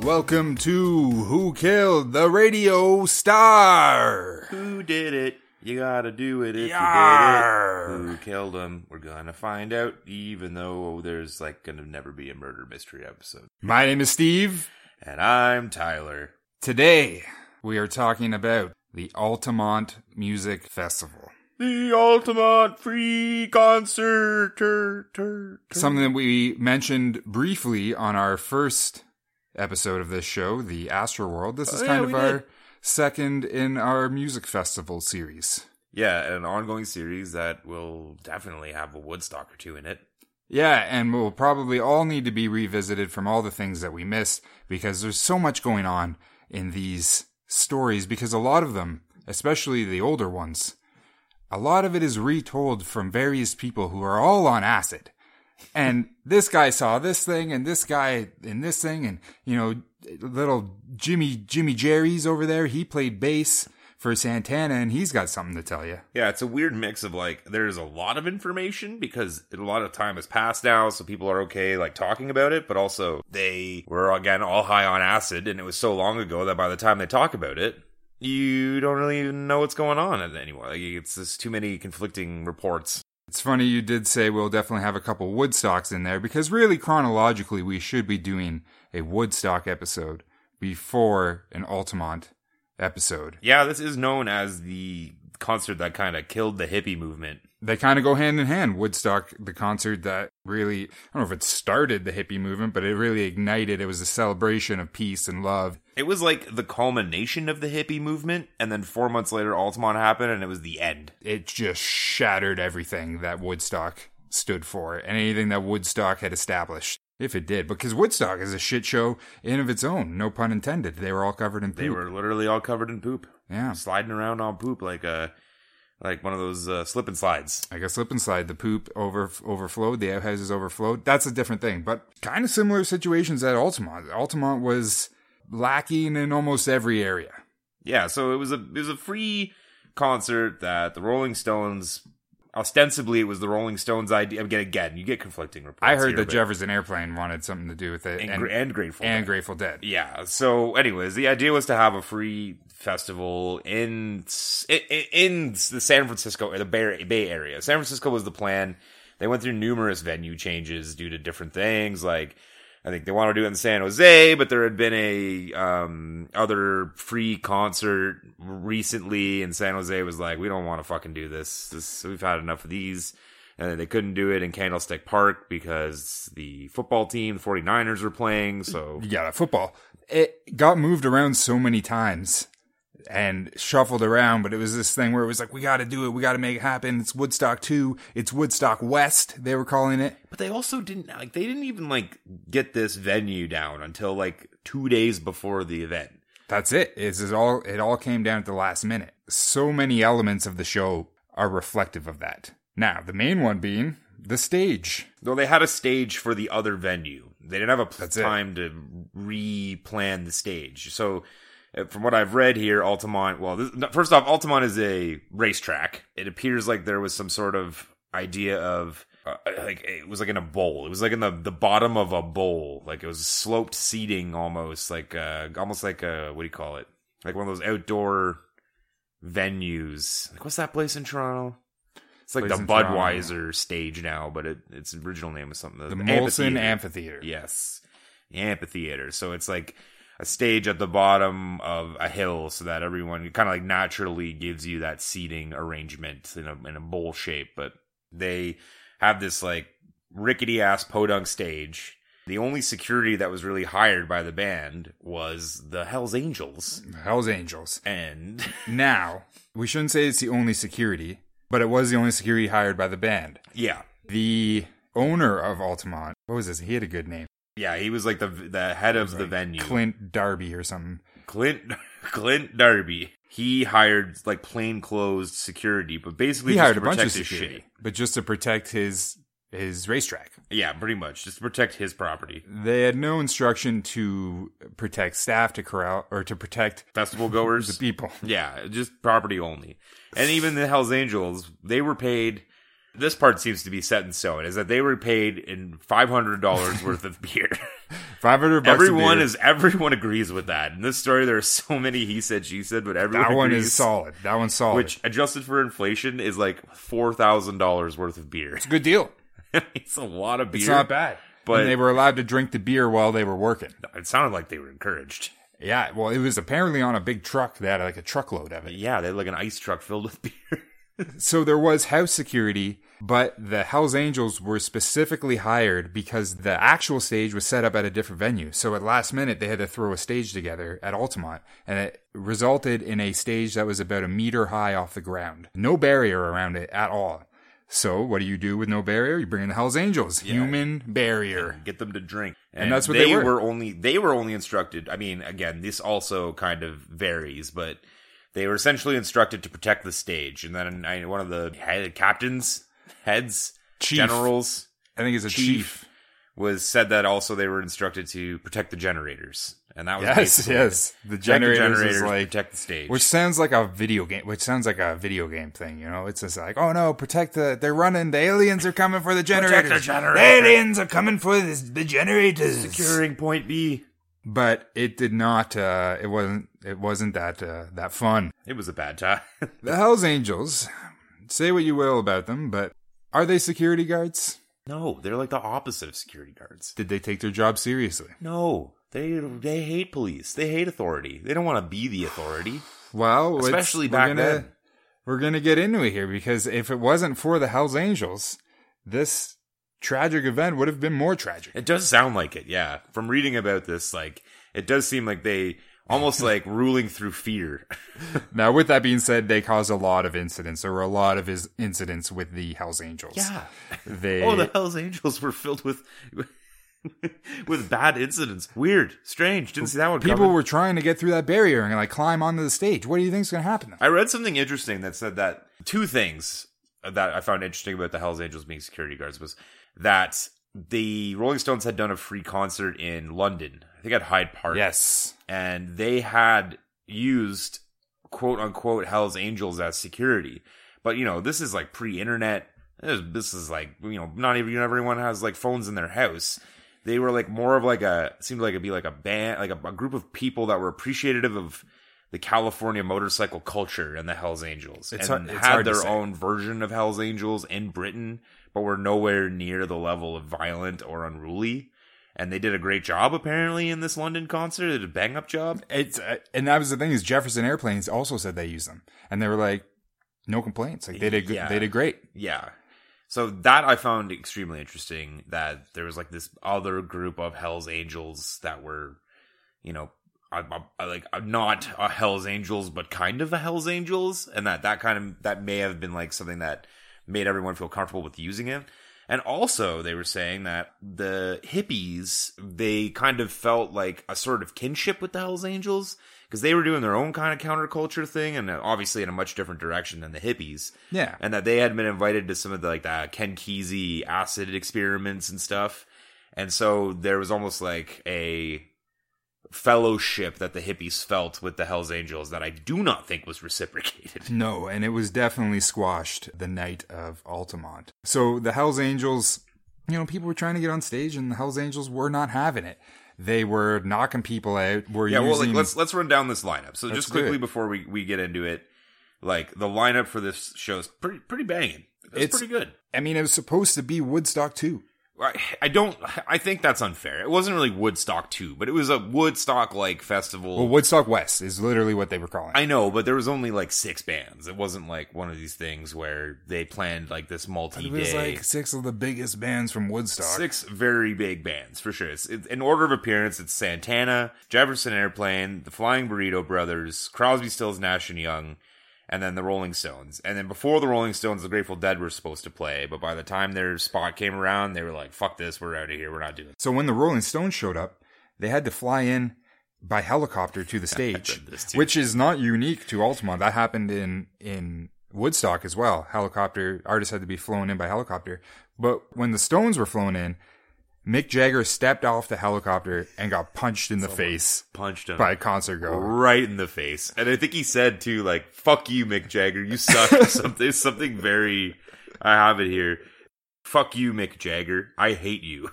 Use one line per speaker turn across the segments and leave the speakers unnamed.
Welcome to Who Killed the Radio Star?
Who did it? You gotta do it if
Yarr.
you did it. Who killed him? We're gonna find out, even though there's like gonna never be a murder mystery episode.
My name is Steve.
And I'm Tyler.
Today, we are talking about the Altamont Music Festival.
The Altamont Free Concert. Tur, tur, tur.
Something that we mentioned briefly on our first episode of this show, the Astroworld. This
Oh,
is
yeah,
kind
we
of our
did.
second in our music festival series.
Yeah, an ongoing series that will definitely have a Woodstock or two in it.
Yeah, and will probably all need to be revisited from all the things that we missed because there's so much going on in these stories because a lot of them, especially the older ones, a lot of it is retold from various people who are all on acid. And this guy saw this thing and this guy and this thing and you know little Jimmy Jimmy Jerry's over there, he played bass for Santana and he's got something to tell you.
Yeah, it's a weird mix of like there's a lot of information because a lot of time has passed now, so people are okay like talking about it, but also they were again all high on acid, and it was so long ago that by the time they talk about it, you don't really even know what's going on anymore. Like it's just too many conflicting reports.
It's funny you did say we'll definitely have a couple Woodstocks in there because really chronologically we should be doing a Woodstock episode before an Altamont episode.
Yeah, this is known as the concert that kind of killed the hippie movement.
They kind of go hand in hand. Woodstock, the concert that really, I don't know if it started the hippie movement, but it really ignited. It was a celebration of peace and love.
It was like the culmination of the hippie movement, and then four months later, Altamont happened, and it was the end.
It just shattered everything that Woodstock stood for and anything that Woodstock had established. If it did, because Woodstock is a shit show in of its own, no pun intended. They were all covered in poop.
They were literally all covered in poop.
Yeah.
sliding around on poop like a like one of those uh, slip and slides.
I guess slip and slide. The poop over overflowed. The outhouses overflowed. That's a different thing, but kind of similar situations at Altamont. Altamont was lacking in almost every area.
Yeah, so it was a it was a free concert that the Rolling Stones ostensibly it was the Rolling Stones idea. Again, again, you get conflicting reports.
I heard
here,
that
but-
Jefferson Airplane wanted something to do with it,
and,
and
Gra- and Grateful
and
Dead.
Grateful Dead.
yeah. So, anyways, the idea was to have a free festival in s- i- i- in the San Francisco or the Bay, Bay Area. San Francisco was the plan. They went through numerous venue changes due to different things. Like, I think they wanted to do it in San Jose, but there had been a um, other free concert recently, and San Jose was like, "We don't want to fucking do this. this we've had enough of these." And they couldn't do it in Candlestick Park because the football team, the 49ers, were playing. So
Yeah, that football. It got moved around so many times and shuffled around, but it was this thing where it was like, we got to do it. We got to make it happen. It's Woodstock 2. It's Woodstock West, they were calling it.
But they also didn't like they didn't even like get this venue down until like two days before the event.
That's it. Is it all? It all came down at the last minute. So many elements of the show are reflective of that. Now, the main one being the stage.
Though they had a stage for the other venue, they didn't have a pl-
it.
time to re-plan the stage. So, uh, from what I've read here, Altamont. Well, this, no, first off, Altamont is a racetrack. It appears like there was some sort of idea of. Uh, like it was like in a bowl. It was like in the, the bottom of a bowl. Like it was sloped seating almost, like uh almost like a what do you call it? Like one of those outdoor venues. Like what's that place in Toronto? It's like
Place
the
in Toronto, yeah.
Budweiser stage now, but it, its original name was something.
The Molson Amphitheater.
Yes, the amphitheater. So it's like a stage at the bottom of a hill, so that everyone kind of like naturally gives you that seating arrangement in a in a bowl shape. But they have this like rickety ass podunk stage. The only security that was really hired by the band was the Hell's Angels,
Hell's Angels.
and
Now, we shouldn't say it's the only security, but it was the only security hired by the band.
yeah,
The owner of Altamont. What was his? He had a good name.
yeah, he was like the the head of the venue.
Clint Darby or something.
Clint Clint Darby. He hired like plainclothes security, but basically
He
just
hired
to
a bunch
protect
of
his
security,
shit.
but just to protect his his racetrack.
Yeah, pretty much just to protect his property.
They had no instruction to protect staff to corral or to protect
Festival goers,
people.
yeah, just property only. And even the Hell's Angels, they were paid. This part seems to be set in stone: is that they were paid in five hundred dollars worth of beer.
500 bucks. a
Everyone
beer.
is everyone agrees with that. In this story, there are so many he said, she said, but everyone
That one
agrees,
is solid. That one's solid.
Which adjusted for inflation is like four thousand dollars worth of beer.
it's a good deal.
it's a lot of beer.
It's not bad.
But-
and they were allowed to drink the beer while they were working.
It sounded like they were encouraged.
Yeah, well, it was apparently on a big truck. They had like a truckload of it.
Yeah, they had like an ice truck filled with beer.
So there was house security, but the Hells Angels were specifically hired because the actual stage was set up at a different venue. So at last minute, they had to throw a stage together at Altamont, and it resulted in a stage that was about a meter high off the ground. No barrier around it at all. So what do you do with no barrier? You bring in the Hells Angels, human barrier.
Get them to drink, and,
that's what
they,
they
were.
were.
only they were only instructed. I mean, again, this also kind of varies, but they were essentially instructed to protect the stage. And then I, one of the head, captains, heads,
Chief.
generals
I think it's a
Chief.
chief.
was said that also they were instructed to protect the generators, and that was
Yes,
basically it.
yes. The
Protect the
generators, is like
protect the stage.
Which sounds like a video game. Which sounds like a video game thing. You know, it's just like, oh no, protect the. They're running. The aliens are coming for the generators.
generator.
aliens are coming for this, the generators.
securing point B.
But it did not. Uh, it wasn't. It wasn't that uh, that fun.
It was a bad time.
The Hell's Angels. Say what you will about them, but are they security guards?
no, they're like the opposite of security guards.
Did they take their job seriously?
No, they they hate police. They hate authority. They don't want to be the authority,
Well, it's-
especially
we're
back
gonna-
then.
we're going to get into it here because if it wasn't for the Hells Angels, this tragic event would have been more tragic.
It does sound like it, yeah. From reading about this, like it does seem like they almost like ruling through fear.
Now, with that being said, they caused a lot of incidents. There were a lot of his incidents with the Hells Angels. They,
Oh, the Hell's Angels were filled with with bad incidents. Weird, strange. Didn't see that one.
people
coming.
were trying to get through that barrier and like climb onto the stage. What do you think's going to happen?
I read something interesting that said that two things that I found interesting about the Hells Angels being security guards was that the Rolling Stones had done a free concert in London, I think at Hyde Park.
Yes.
And they had used quote unquote Hells Angels as security. But you know, this is like pre internet. This this is like, you know, not even everyone has like phones in their house. They were like more of like a, seemed like it'd be like a band, like a, a group of people that were appreciative of the California motorcycle culture and the Hells Angels.
It's
and
hard- it's
had
hard to
their
say.
own version of Hells Angels in Britain, but were nowhere near the level of violent or unruly. And they did a great job apparently in this London concert. They did a bang up job.
It's, uh, and that was the thing is Jefferson Airplanes also said they used them and they were like, no complaints. Like they did,
Yeah.
good they did great.
Yeah. So that I found extremely interesting that there was like this other group of Hell's Angels that were, you know, I, I, like not a Hell's Angels, but kind of a Hell's Angels, and that that kind of that may have been like something that made everyone feel comfortable with using it. And also, they were saying that the hippies they kind of felt like a sort of kinship with the Hell's Angels because they were doing their own kind of counterculture thing, and obviously in a much different direction than the hippies
Yeah.
and that they had been invited to some of the like the Ken Kesey acid experiments and stuff. And so there was almost like a fellowship that the hippies felt with the Hells Angels that I do not think was reciprocated.
No, and it was definitely squashed the night of Altamont. So the Hells Angels, you know, people were trying to get on stage and the Hells Angels were not having it. They were knocking people out, were
yeah,
using
well, like let's let's run down this lineup. So just
do
quickly
it.
before we we get into it, like the lineup for this show is pretty pretty banging. It's,
It's-
pretty good.
I mean, it was supposed to be Woodstock 2.
I, I don't. I think that's unfair. It wasn't really Woodstock two, but it was a Woodstock like festival.
Well, Woodstock West is literally what they were calling it.
I know, but there was only like six bands. It wasn't like one of these things where they planned like this multi
It was
day.
like six of the biggest bands from Woodstock.
Six very big bands for sure. It's, it's, in order of appearance, it's Santana, Jefferson Airplane, the Flying Burrito Brothers, Crosby, Stills, Nash and Young, and then the Rolling Stones. And then before the Rolling Stones, the Grateful Dead were supposed to play, but by the time their spot came around, they were like, "Fuck this, we're out of here. We're not doing."
So when the Rolling Stones showed up, they had to fly in by helicopter to the stage,
read this too.
which is not unique to Altamont. That happened in in Woodstock as well. Helicopter artists had to be flown in by helicopter. But when the Stones were flown in, Mick Jagger stepped off the helicopter and got punched in the face
Punched them
by a concert goer.
right in the face. And I think he said too, like, "Fuck you, Mick Jagger, you suck." or something, something very. I have it here. Fuck you, Mick Jagger. I hate you.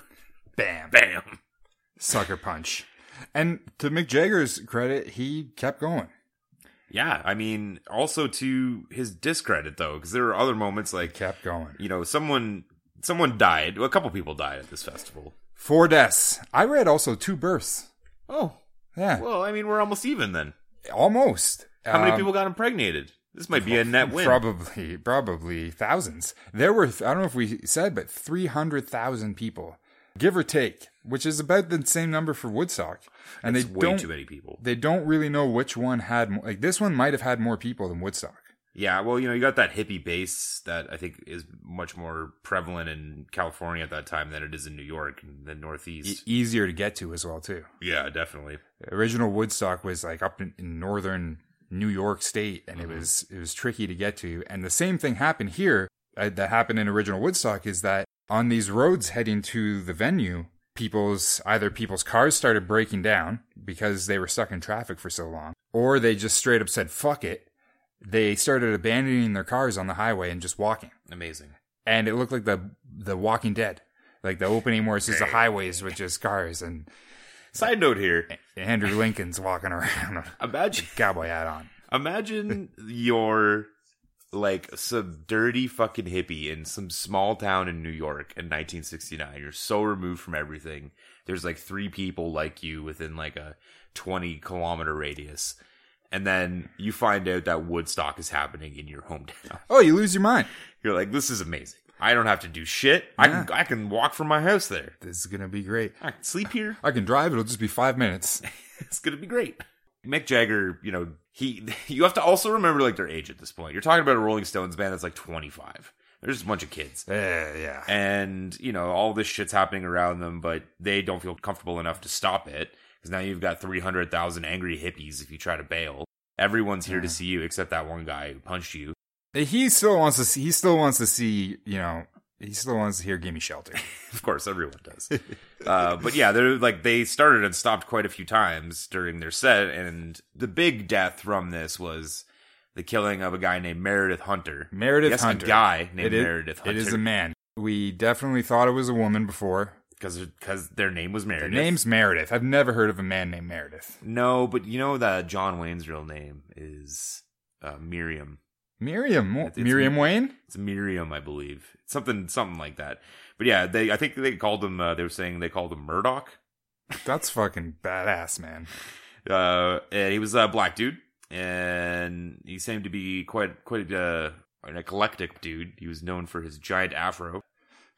Bam.
Bam.
sucker punch. And to Mick Jagger's credit, he kept going.
Yeah, I mean, also to his discredit though, because there were other moments like
Kept going.
you know someone someone died, well, a couple people died at this festival.
Four deaths. I read also two births.
Oh,
Yeah,
well, I mean, we're almost even then.
almost.
How many
Um,
people got impregnated? This might be a net win.
Probably, probably thousands. There were, I don't know if we said, but 300,000 people, give or take, which is about the same number for Woodstock. And
It's
they
way
don't,
too many people.
they don't really know which one had, mo- like this one might have had more people than Woodstock.
Yeah, well, you know, you got that hippie base that I think is much more prevalent in California at that time than it is in New York and the
E-
Northeast.
easier to get to as well, too.
yeah, definitely.
The original Woodstock was like up in, in northern New York State, and
Mhm.
it was it was tricky to get to. And the same thing happened here uh, that happened in original Woodstock is that on these roads heading to the venue, people's either people's cars started breaking down because they were stuck in traffic for so long, or they just straight up said "fuck it." They started abandoning their cars on the highway and just walking,
Amazing.
and it looked like the the Walking Dead, like the opening where it's just the highways with just cars and
Side note here.
Andrew Lincoln's walking around.
Imagine
cowboy hat on.
imagine you're like some dirty fucking hippie in some small town in New York in 1969. You're so removed from everything. There's like three people like you within like a 20 kilometer radius. And then you find out that Woodstock is happening in your hometown.
Oh, you lose your mind.
You're like, this is amazing. I don't have to do shit. I can I can walk from my house there.
This is gonna be great.
I can sleep here.
I can drive. It'll just be five minutes.
It's gonna be great. Mick Jagger, you know, he you have to also remember like their age at this point. You're talking about a Rolling Stones band that's like 25. They're just a bunch of kids.
Yeah, yeah.
And, you know, all this shit's happening around them, but they don't feel comfortable enough to stop it. Because now you've got 300,000 angry hippies if you try to bail. Everyone's here to see you except that one guy who punched you.
He still wants to. See, he still wants to see. You know. He still wants to hear "Gimme Shelter."
Of course, everyone does. uh, but yeah, they're like they started and stopped quite a few times during their set, and the big death from this was the killing of a guy named Meredith Hunter.
Meredith
yes,
Hunter.
a guy
It
named
is-
Meredith Hunter.
It is a man. We definitely thought it was a woman before.
because because their name was
Her
Meredith.
name's Meredith. I've never heard of a man named Meredith.
no, but you know that John Wayne's real name is uh, Miriam.
Miriam.
It's- it's
Miriam
me.
Wayne.
It's Miriam, I believe, something something like that. But yeah, they I think they called him. Uh, they were saying they called him Murdoch.
That's fucking badass, man.
uh, and he was a black dude, and he seemed to be quite quite uh, an eclectic dude. He was known for his giant afro.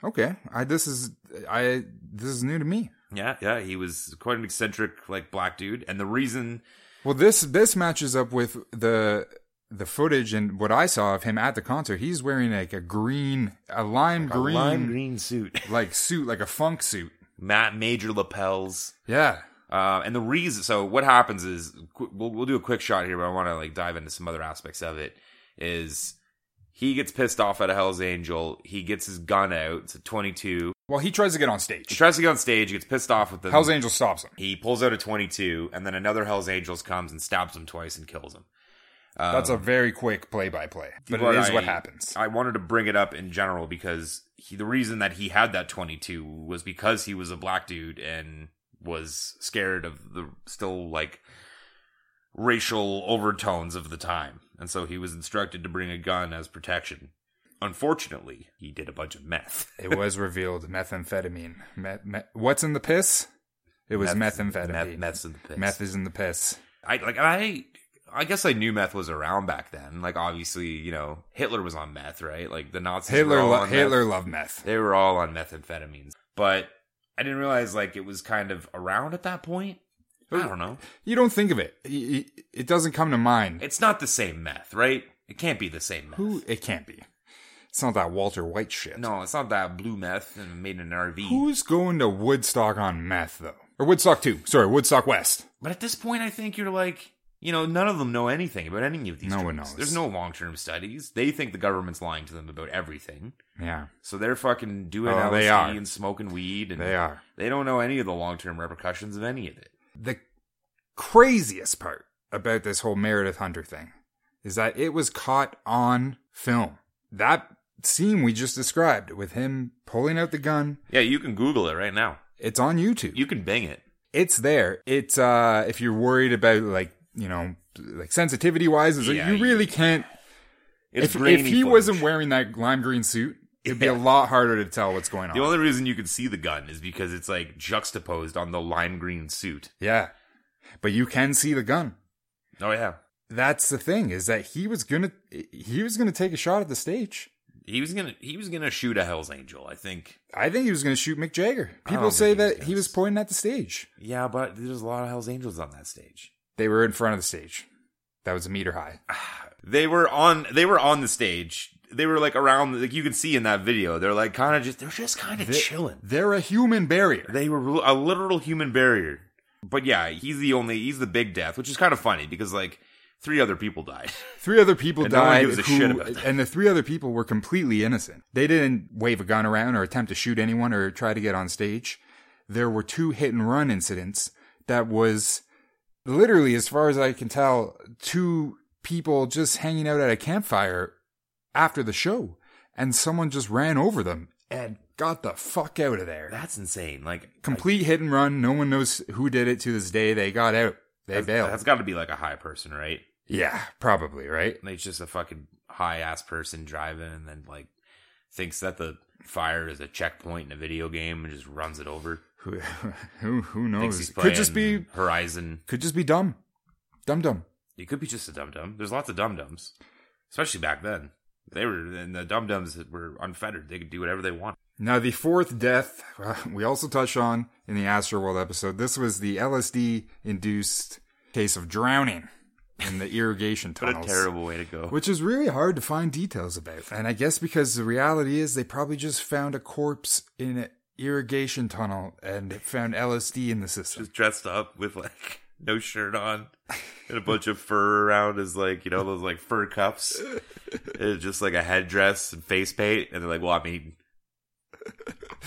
Okay, I this is I this is new to me.
Yeah, yeah, he was quite an eccentric like black dude, and the reason
Well, this this matches up with the the footage and what I saw of him at the concert. He's wearing like a green, a lime green,
a lime green suit,
like suit, like a funk suit.
Matt Major lapels.
Yeah,
Uh, and the reason, so what happens is, qu- we'll we'll do a quick shot here, but I want to like dive into some other aspects of it. Is he gets pissed off at a Hell's Angel? He gets his gun out. It's a twenty-two.
well, he tries to get on
He
stage.
tries to get on stage. He gets pissed off with the
Hell's Angel stops him.
He pulls out a 22, and then another Hell's Angels comes and stabs him twice and kills him. Um,
That's a very quick play by play, but it is what happens.
I wanted to bring it up in general because he, the reason that he had that 22 was because he was a black dude and was scared of the still like racial overtones of the time. And so he was instructed to bring a gun as protection. Unfortunately, he did a bunch of meth.
it was revealed methamphetamine. Met, met, what's in the piss? It was methamphetamine.
Meth, meth's in the piss.
Meth is in the piss.
I like I I guess I knew meth was around back then. Like obviously, you know, Hitler was on meth, right? Like the Nazis
Hitler,
were all
lo-
on
Hitler
meth.
loved meth.
They were all on methamphetamines. But I didn't realize like it was kind of around at that point. I don't know.
You don't think of it. Y- y- It doesn't come to mind.
It's not the same meth, right? It can't be the same meth.
Who? It can't be. It's not that Walter White shit.
No, it's not that blue meth and made in an RV.
Who's going to Woodstock on meth though? Or Woodstock 2. Sorry, Woodstock West.
But at this point, I think you're like, you know, none of them know anything about any of these.
No one
drugs.
knows.
There's no long-term studies. They think the government's lying to them about everything.
Yeah.
So they're fucking doing
Oh,
LSD
they are.
and smoking weed, and
They are.
They don't know any of the long term repercussions of any of it.
The craziest part about this whole Meredith Hunter thing is that it was caught on film. That scene we just described with him pulling out the gun,
Yeah, you can Google it right now.
it's on YouTube.
You can Bing it.
it's there. It's uh if you're worried about like, you know, like sensitivity wise, is
Yeah,
you really can't
It's
if,
grainy
if he
footage.
wasn't wearing that lime green suit, it'd be a lot harder to tell what's going on.
The only reason you can see the gun is because it's like juxtaposed on the lime green suit.
yeah. But you can see the gun.
Oh yeah.
That's the thing is that he was going to he was going to take a shot at the stage.
He was gonna he was gonna shoot a Hell's Angel, I think.
I think he was going to shoot Mick Jagger. People
don't
say
think he was
that
gonna
he was pointing at the stage.
Yeah, but there's a lot of Hell's Angels on that stage.
They were in front of the stage. That was a meter high.
They were on they were on the stage. They were like around like you can see in that video. They're like kind of just they're just kind of
They-
chilling.
They're a human barrier.
They were a literal human barrier. But yeah, he's the only he's the big death, which is kind of funny because like three other people died.
Three other people
And no one
died,
gives a
who-
shit about that.
and the three other people were completely innocent. They didn't wave a gun around or attempt to shoot anyone or try to get on stage. There were two hit and run incidents that was literally, as far as I can tell, two people just hanging out at a campfire after the show, and someone just ran over them and got the fuck out of there.
That's insane. Like
Complete hit and run. No one knows who did it to this day. They got out. They
that's,
bailed.
that's got to be like a high person, right?
yeah, probably right.
Like just a fucking high ass person driving and then like thinks that the fire is a checkpoint in a video game and just runs it over.
Who who, who
Thinks
knows?
he's
Oh, Could just
playing
be
Horizon.
could just be dumb, dumb dumb.
It could be just a dum dum. There's lots of dum dums, especially back then. They were and the dum dums were unfettered. They could do whatever they want.
Now the fourth death uh, we also touched on in the Astroworld episode. This was the LSD induced case of drowning in the irrigation
What
tunnels,
a terrible way to go.
which is really hard to find details about. And I guess because the reality is they probably just found a corpse in an irrigation tunnel and found LSD in the system.
Just dressed up with like no shirt on and a bunch of fur around his like you know those like fur cuffs. It's just like a headdress and face paint, and they're like, "Well, I mean."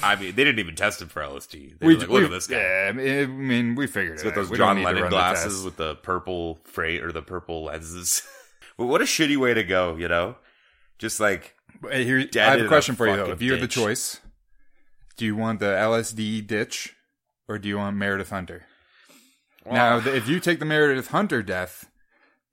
I mean, they didn't even test him for LSD. They were like, look at this guy.
Yeah, I mean, I mean, we figured
It's
it.
got
out.
those
We don't
John
need to
Lennon
run the
glasses
test.
with the purple freight or the purple lenses. but what a shitty way to go, you know? Just like
Hey, here-
Dead
I have
in
a
a
question for you though.
fucking
If you had the
ditch.
choice, do you want the LSD ditch or do you want Meredith Hunter? Now, th- if you take the Meredith Hunter death,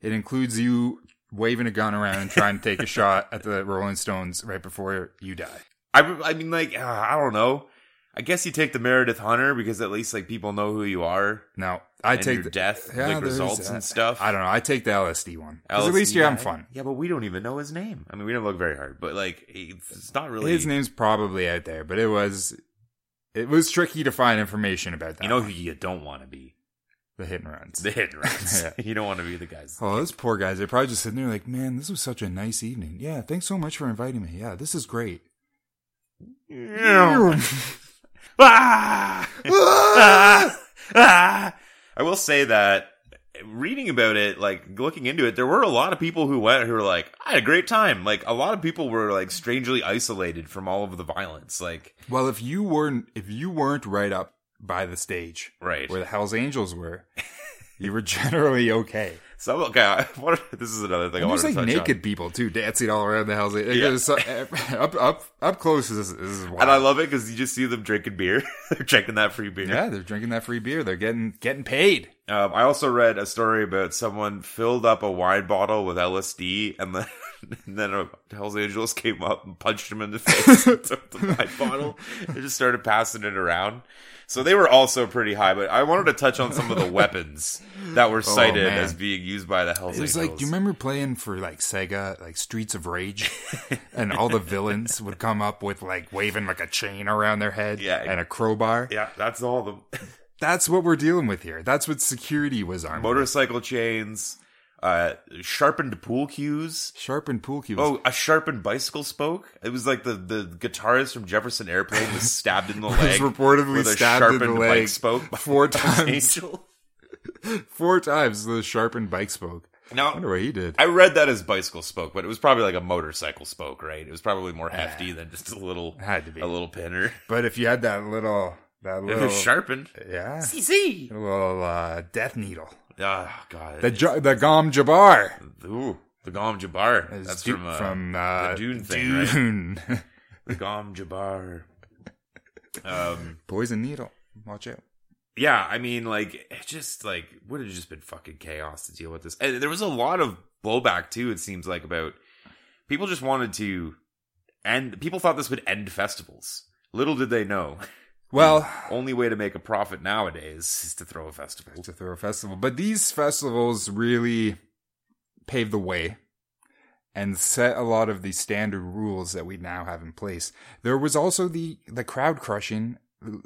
it includes you waving a gun around and trying to take a shot at the Rolling Stones right before you die.
I, I mean, like uh, I don't know. I guess you take the Meredith Hunter because at least like people know who you are
No, I
and
take
your
the,
death,
Yeah,
like
there's
results
that.
and stuff.
I don't know. I take the LSD one because at least you're having fun.
Yeah, but we don't even know his name. I mean, we didn't look very hard, but like it's it's not really
His name's probably out there, but it was it was tricky to find information about that.
You know
one.
who you don't want to be
the hit and runs.
the hit and runs.
Yeah.
You don't want to be the guys.
Oh, those poor guys. They're probably just sitting there like, man, this was such a nice evening. Yeah, thanks so much for inviting me. Yeah, this is great.
Ah!
Ah!
ah, ah. I will say that reading about it, like looking into it, there were a lot of people who went who were like, I had a great time. Like a lot of people were like strangely isolated from all of the violence. Like
well, if you weren't if you weren't right up by the stage
right.
where the Hell's Angels were, you were generally okay.
Some okay, I wanted, this is another thing I
And
want
there's
to
like
touch
naked
on.
people too dancing all around the Hell's Angels.
Yeah.
eh, up up up close this, is- this is wild.
And I love it because you just see them drinking beer. They're drinking that free beer.
yeah, they're drinking that free beer. They're getting getting paid.
Um, I also read a story about someone filled up a wine bottle with LSD and then. And then a Hell's Angels came up and punched him in the face and took the wine bottle and just started passing it around. So they were also pretty high, but I wanted to touch on some of the weapons that were cited
Oh, man.
as being used by the Hell's
It was
Angels.
like, do you remember playing for like Sega, like Streets of Rage, and all the villains would come up with like waving like a chain around their head
Yeah.
and a crowbar.
Yeah, that's all the
That's what we're dealing with here. That's what security was on.
motorcycle chains, uh, sharpened pool cues.
Sharpened pool cues.
Oh, a sharpened bicycle spoke. It was like the, the guitarist from Jefferson Airplane was stabbed in the
was
leg.
reportedly
with a
stabbed in the
sharpened
leg
bike spoke by
four
Hell's
times.
Angel.
Four times the sharpened bike spoke. I wonder
Now,
what he did.
I read that as bicycle spoke, but it was probably like a motorcycle spoke, right? It was probably more hefty than just a little,
Had to be.
a little pinner.
But if you had that little, that
It
little,
was sharpened.
yeah,
CC.
a little uh, death needle.
Ah, God.
The jo- the Gom Jabbar.
Ooh, the Gom Jabbar.
Is
That's
du-
from, uh,
from uh,
the Dune thing, right?
Dune.
the Gom Jabbar. Um,
Poison needle. Watch out.
yeah, I mean, like, it just like would have just been fucking chaos to deal with this. And there was a lot of blowback too. It seems like about people just wanted to end. People thought this would end festivals. Little did they know.
Well,
Only way to make a profit nowadays is to throw a festival.
to throw a festival, but these festivals really paved the way and set a lot of the standard rules that we now have in place. There was also the the crowd crushing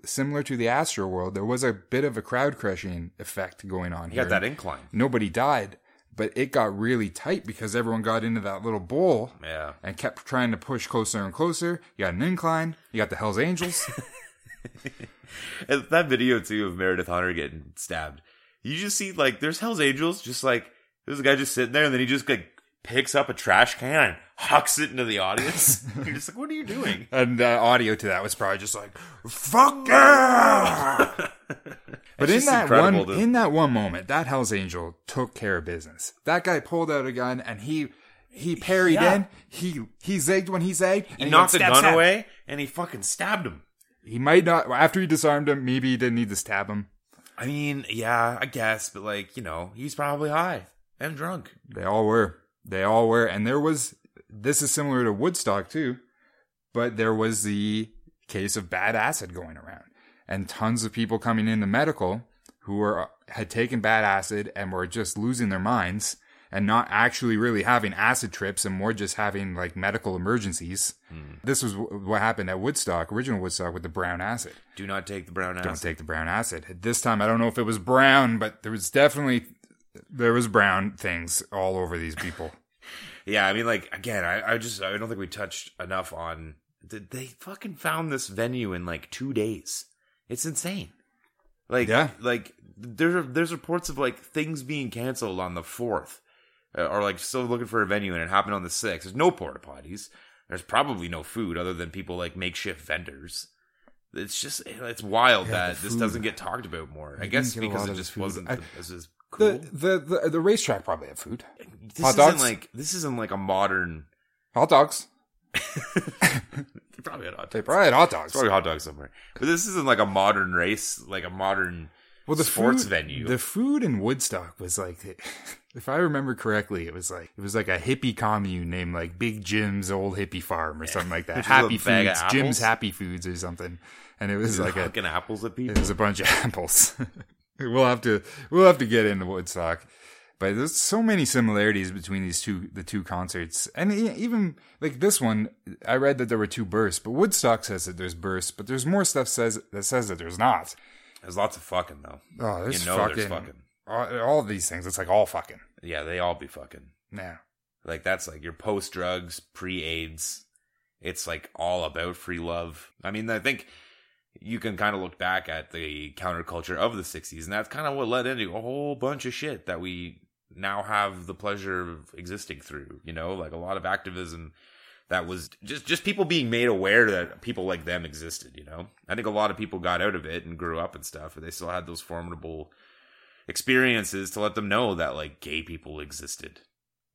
similar to the Astro World. There was a bit of a crowd crushing effect going on
You
here.
got that incline.
Nobody died, but it got really tight because everyone got into that little bowl
Yeah.
and kept trying to push closer and closer. You got an incline. You got the Hell's Angels.
And that video too of Meredith Hunter getting stabbed. You just see like there's Hell's Angels, just like there's a guy just sitting there, and then he just like picks up a trash can and hucks it into the audience. You're just like, what are you doing?
and the audio to that was probably just like, fuck yeah! But in
just
that, one,
incredible to-
in that one moment, that Hell's Angel took care of business. That guy pulled out a gun and he, he parried
Yeah.
in. He, he zigged when he zagged. and
He knocked the
went, "Stab,
gun
stab."
away and he fucking stabbed him.
He might not, after he disarmed him, maybe he didn't need to stab him.
I mean, yeah, I guess, but like, you know, he's probably high and drunk.
They all were. They all were. And there was, this is similar to Woodstock too, but there was the case of bad acid going around and tons of people coming into medical who were, had taken bad acid and were just losing their minds and not actually really having acid trips and more just having like medical emergencies. This was wh- what happened at Woodstock, original Woodstock with the brown acid.
Do not take the brown
Don't
ass.
take the brown acid. At this time, I don't know if it was brown, but there was definitely, there was brown things all over these people.
Yeah, I mean, like, again, I, I just, I don't think we touched enough on. th- They fucking found this venue in like two days. It's insane. Like,
Yeah.
like there are, there's reports of like things being canceled on the 4th uh, or like still looking for a venue and it happened on the 6th. There's no porta potties. There's probably no food other than people like makeshift vendors. It's just, it's wild
Yeah,
that
the
this
food.
doesn't get talked about more. I guess
get a
because
lot
it
of the
just
food.
wasn't
I-
this is cool.
The, the the the racetrack probably had food.
this
hot
isn't
dogs?
like this isn't like a modern.
Hot dogs.
They probably had hot
They
dogs.
probably had hot dogs.
Probably hot dogs somewhere. But this isn't like a modern race, like a modern.
Well, the
sports
food,
venue.
The food in Woodstock was like, if I remember correctly, it was like it was like a hippie commune named like Big Jim's Old Hippie Farm or something like that.
Which is a
Happy
bag of
Foods, Jim's
apples?
Happy Foods or something. And it was like a
fucking apples at
it
people.
was a bunch of apples. we'll have to we'll have to get into Woodstock. But there's so many similarities between these two the two concerts, and e- even like this one, I read that there were two bursts, but Woodstock says that there's bursts, but there's more stuff says that says that there's not.
There's lots of fucking though.
Oh, there's
you know,
fucking,
there's fucking.
All, all these things. It's like all fucking.
Yeah, they all be fucking.
Yeah,
Like that's like your post drugs, pre AIDS. It's like all about free love. I mean, I think you can kind of look back at the counterculture of the '60s, and that's kind of what led into a whole bunch of shit that we now have the pleasure of existing through. You know, like a lot of activism that was just just people being made aware that people like them existed. You know, I think a lot of people got out of it and grew up and stuff, but they still had those formidable experiences to let them know that like gay people existed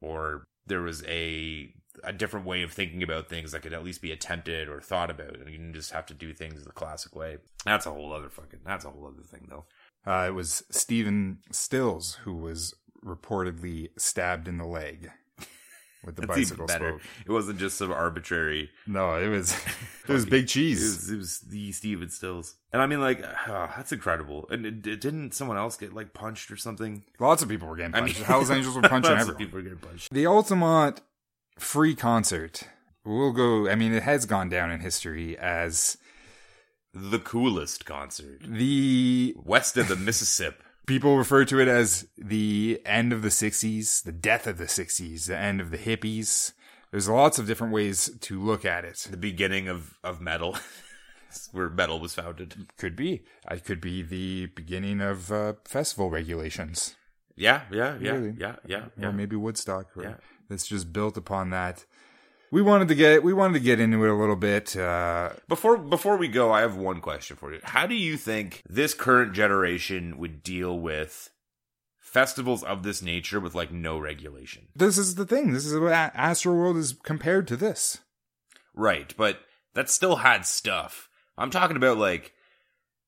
or there was a a different way of thinking about things that could at least be attempted or thought about and you didn't just have to do things the classic way that's a whole other fucking that's a whole other thing though
uh, it was Stephen Stills who was reportedly stabbed in the leg with the
That's even
bicycle
better.
spoke.
it wasn't just some arbitrary
No, it was it was
Fucking-
big
it
cheese.
was, it was the steven stills and i mean like ah, that's incredible and it, it- didn't someone else get like punched or something
Lots of people were getting
i mean
punched. Hell's Angels were punching
lots of
everyone.
people were getting punched
The Ultimate free concert. We'll go. I mean, it has gone down in history as
the coolest concert
the
west of the mississippi
people refer to it as the end of the 60s, the death of the 60s, the end of the hippies. There's lots of different ways to look at it.
the beginning of of metal where metal was founded
Could be. It could be the beginning of uh, festival regulations,
Yeah, yeah, yeah,
Really?
yeah, yeah,
or
yeah.
maybe Woodstock. Or
Yeah.
That's just built upon that. We wanted to get we wanted to get into it a little bit. Uh,
Before before we go, I have one question for you. How do you think this current generation would deal with festivals of this nature with like no regulation?
this is the thing. This is what A- Astroworld is compared to this.
Right, but that still had stuff. I'm talking about like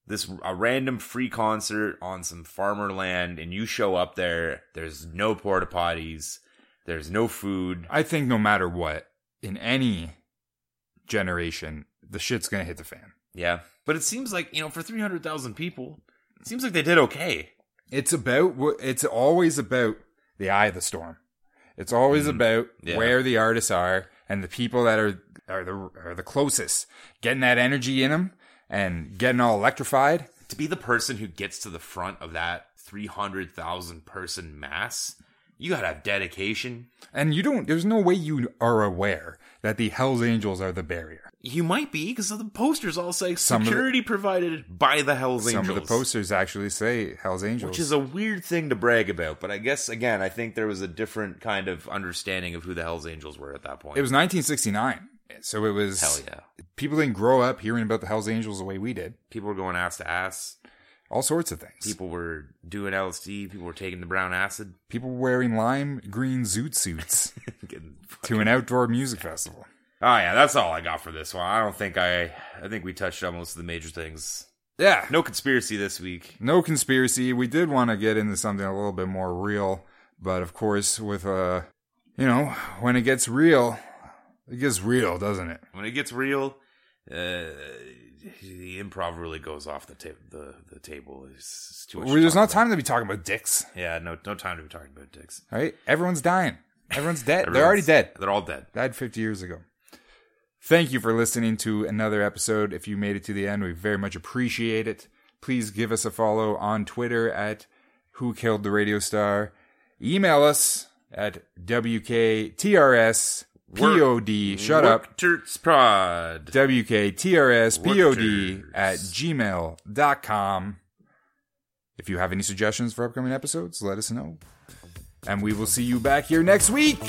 this a random free concert on some farmer land and you show up there there's no porta potties there's no food
I think no matter what, in any generation, the shit's gonna hit the fan.
yeah but it seems like you know for 300000 people it seems like they did okay
It's about what it's always about the eye of the storm. It's always about
yeah.
where the artists are and the people that are are the are the closest, getting that energy in them and getting all electrified.
to be the person who gets to the front of that 300000 person mass you gotta have dedication
And you don't. There's no way you are aware that the Hell's Angels are the barrier.
you might be because the posters all say
Some of the-
security provided by the hells angels
Some of the posters actually say Hell's Angels.
Which is a weird thing to brag about, but I guess again, I think there was a different kind of understanding of who the Hell's Angels were at that point.
it was 1969, so it was
hell yeah.
people didn't grow up hearing about the Hell's Angels the way we did.
People were going ass to ass.
All sorts of things.
People were doing LSD. People were taking the brown acid.
People were wearing lime green zoot suits
Getting-
to an outdoor music festival.
oh yeah, that's all I got for this one. I don't think I. I think we touched on most of the major things.
Yeah.
No conspiracy this week.
No conspiracy. We did want to get into something a little bit more real, but of course, with uh, you know, when it gets real, it gets real, doesn't it?
When it gets real, uh, the improv really goes off the ta- the, the table. It's, it's too much. to
Well, there's
talk
not time to be talking about dicks,
about. Yeah, no, no time to be talking about dicks.
right? Everyone's dying. Everyone's dead. They're already
Everyone's-
dead.
They're all dead.
died 50 years ago. Thank you for listening to another episode. If you made it to the end, we very much appreciate it. Please give us a follow on Twitter at Who Killed the Radio Star. Email us at WKTRSPOD. Shut up.
Turts Prod.
WKTRSPOD
Workers.
at gmail.com. If you have any suggestions for upcoming episodes, let us know. And we will see you back here next week.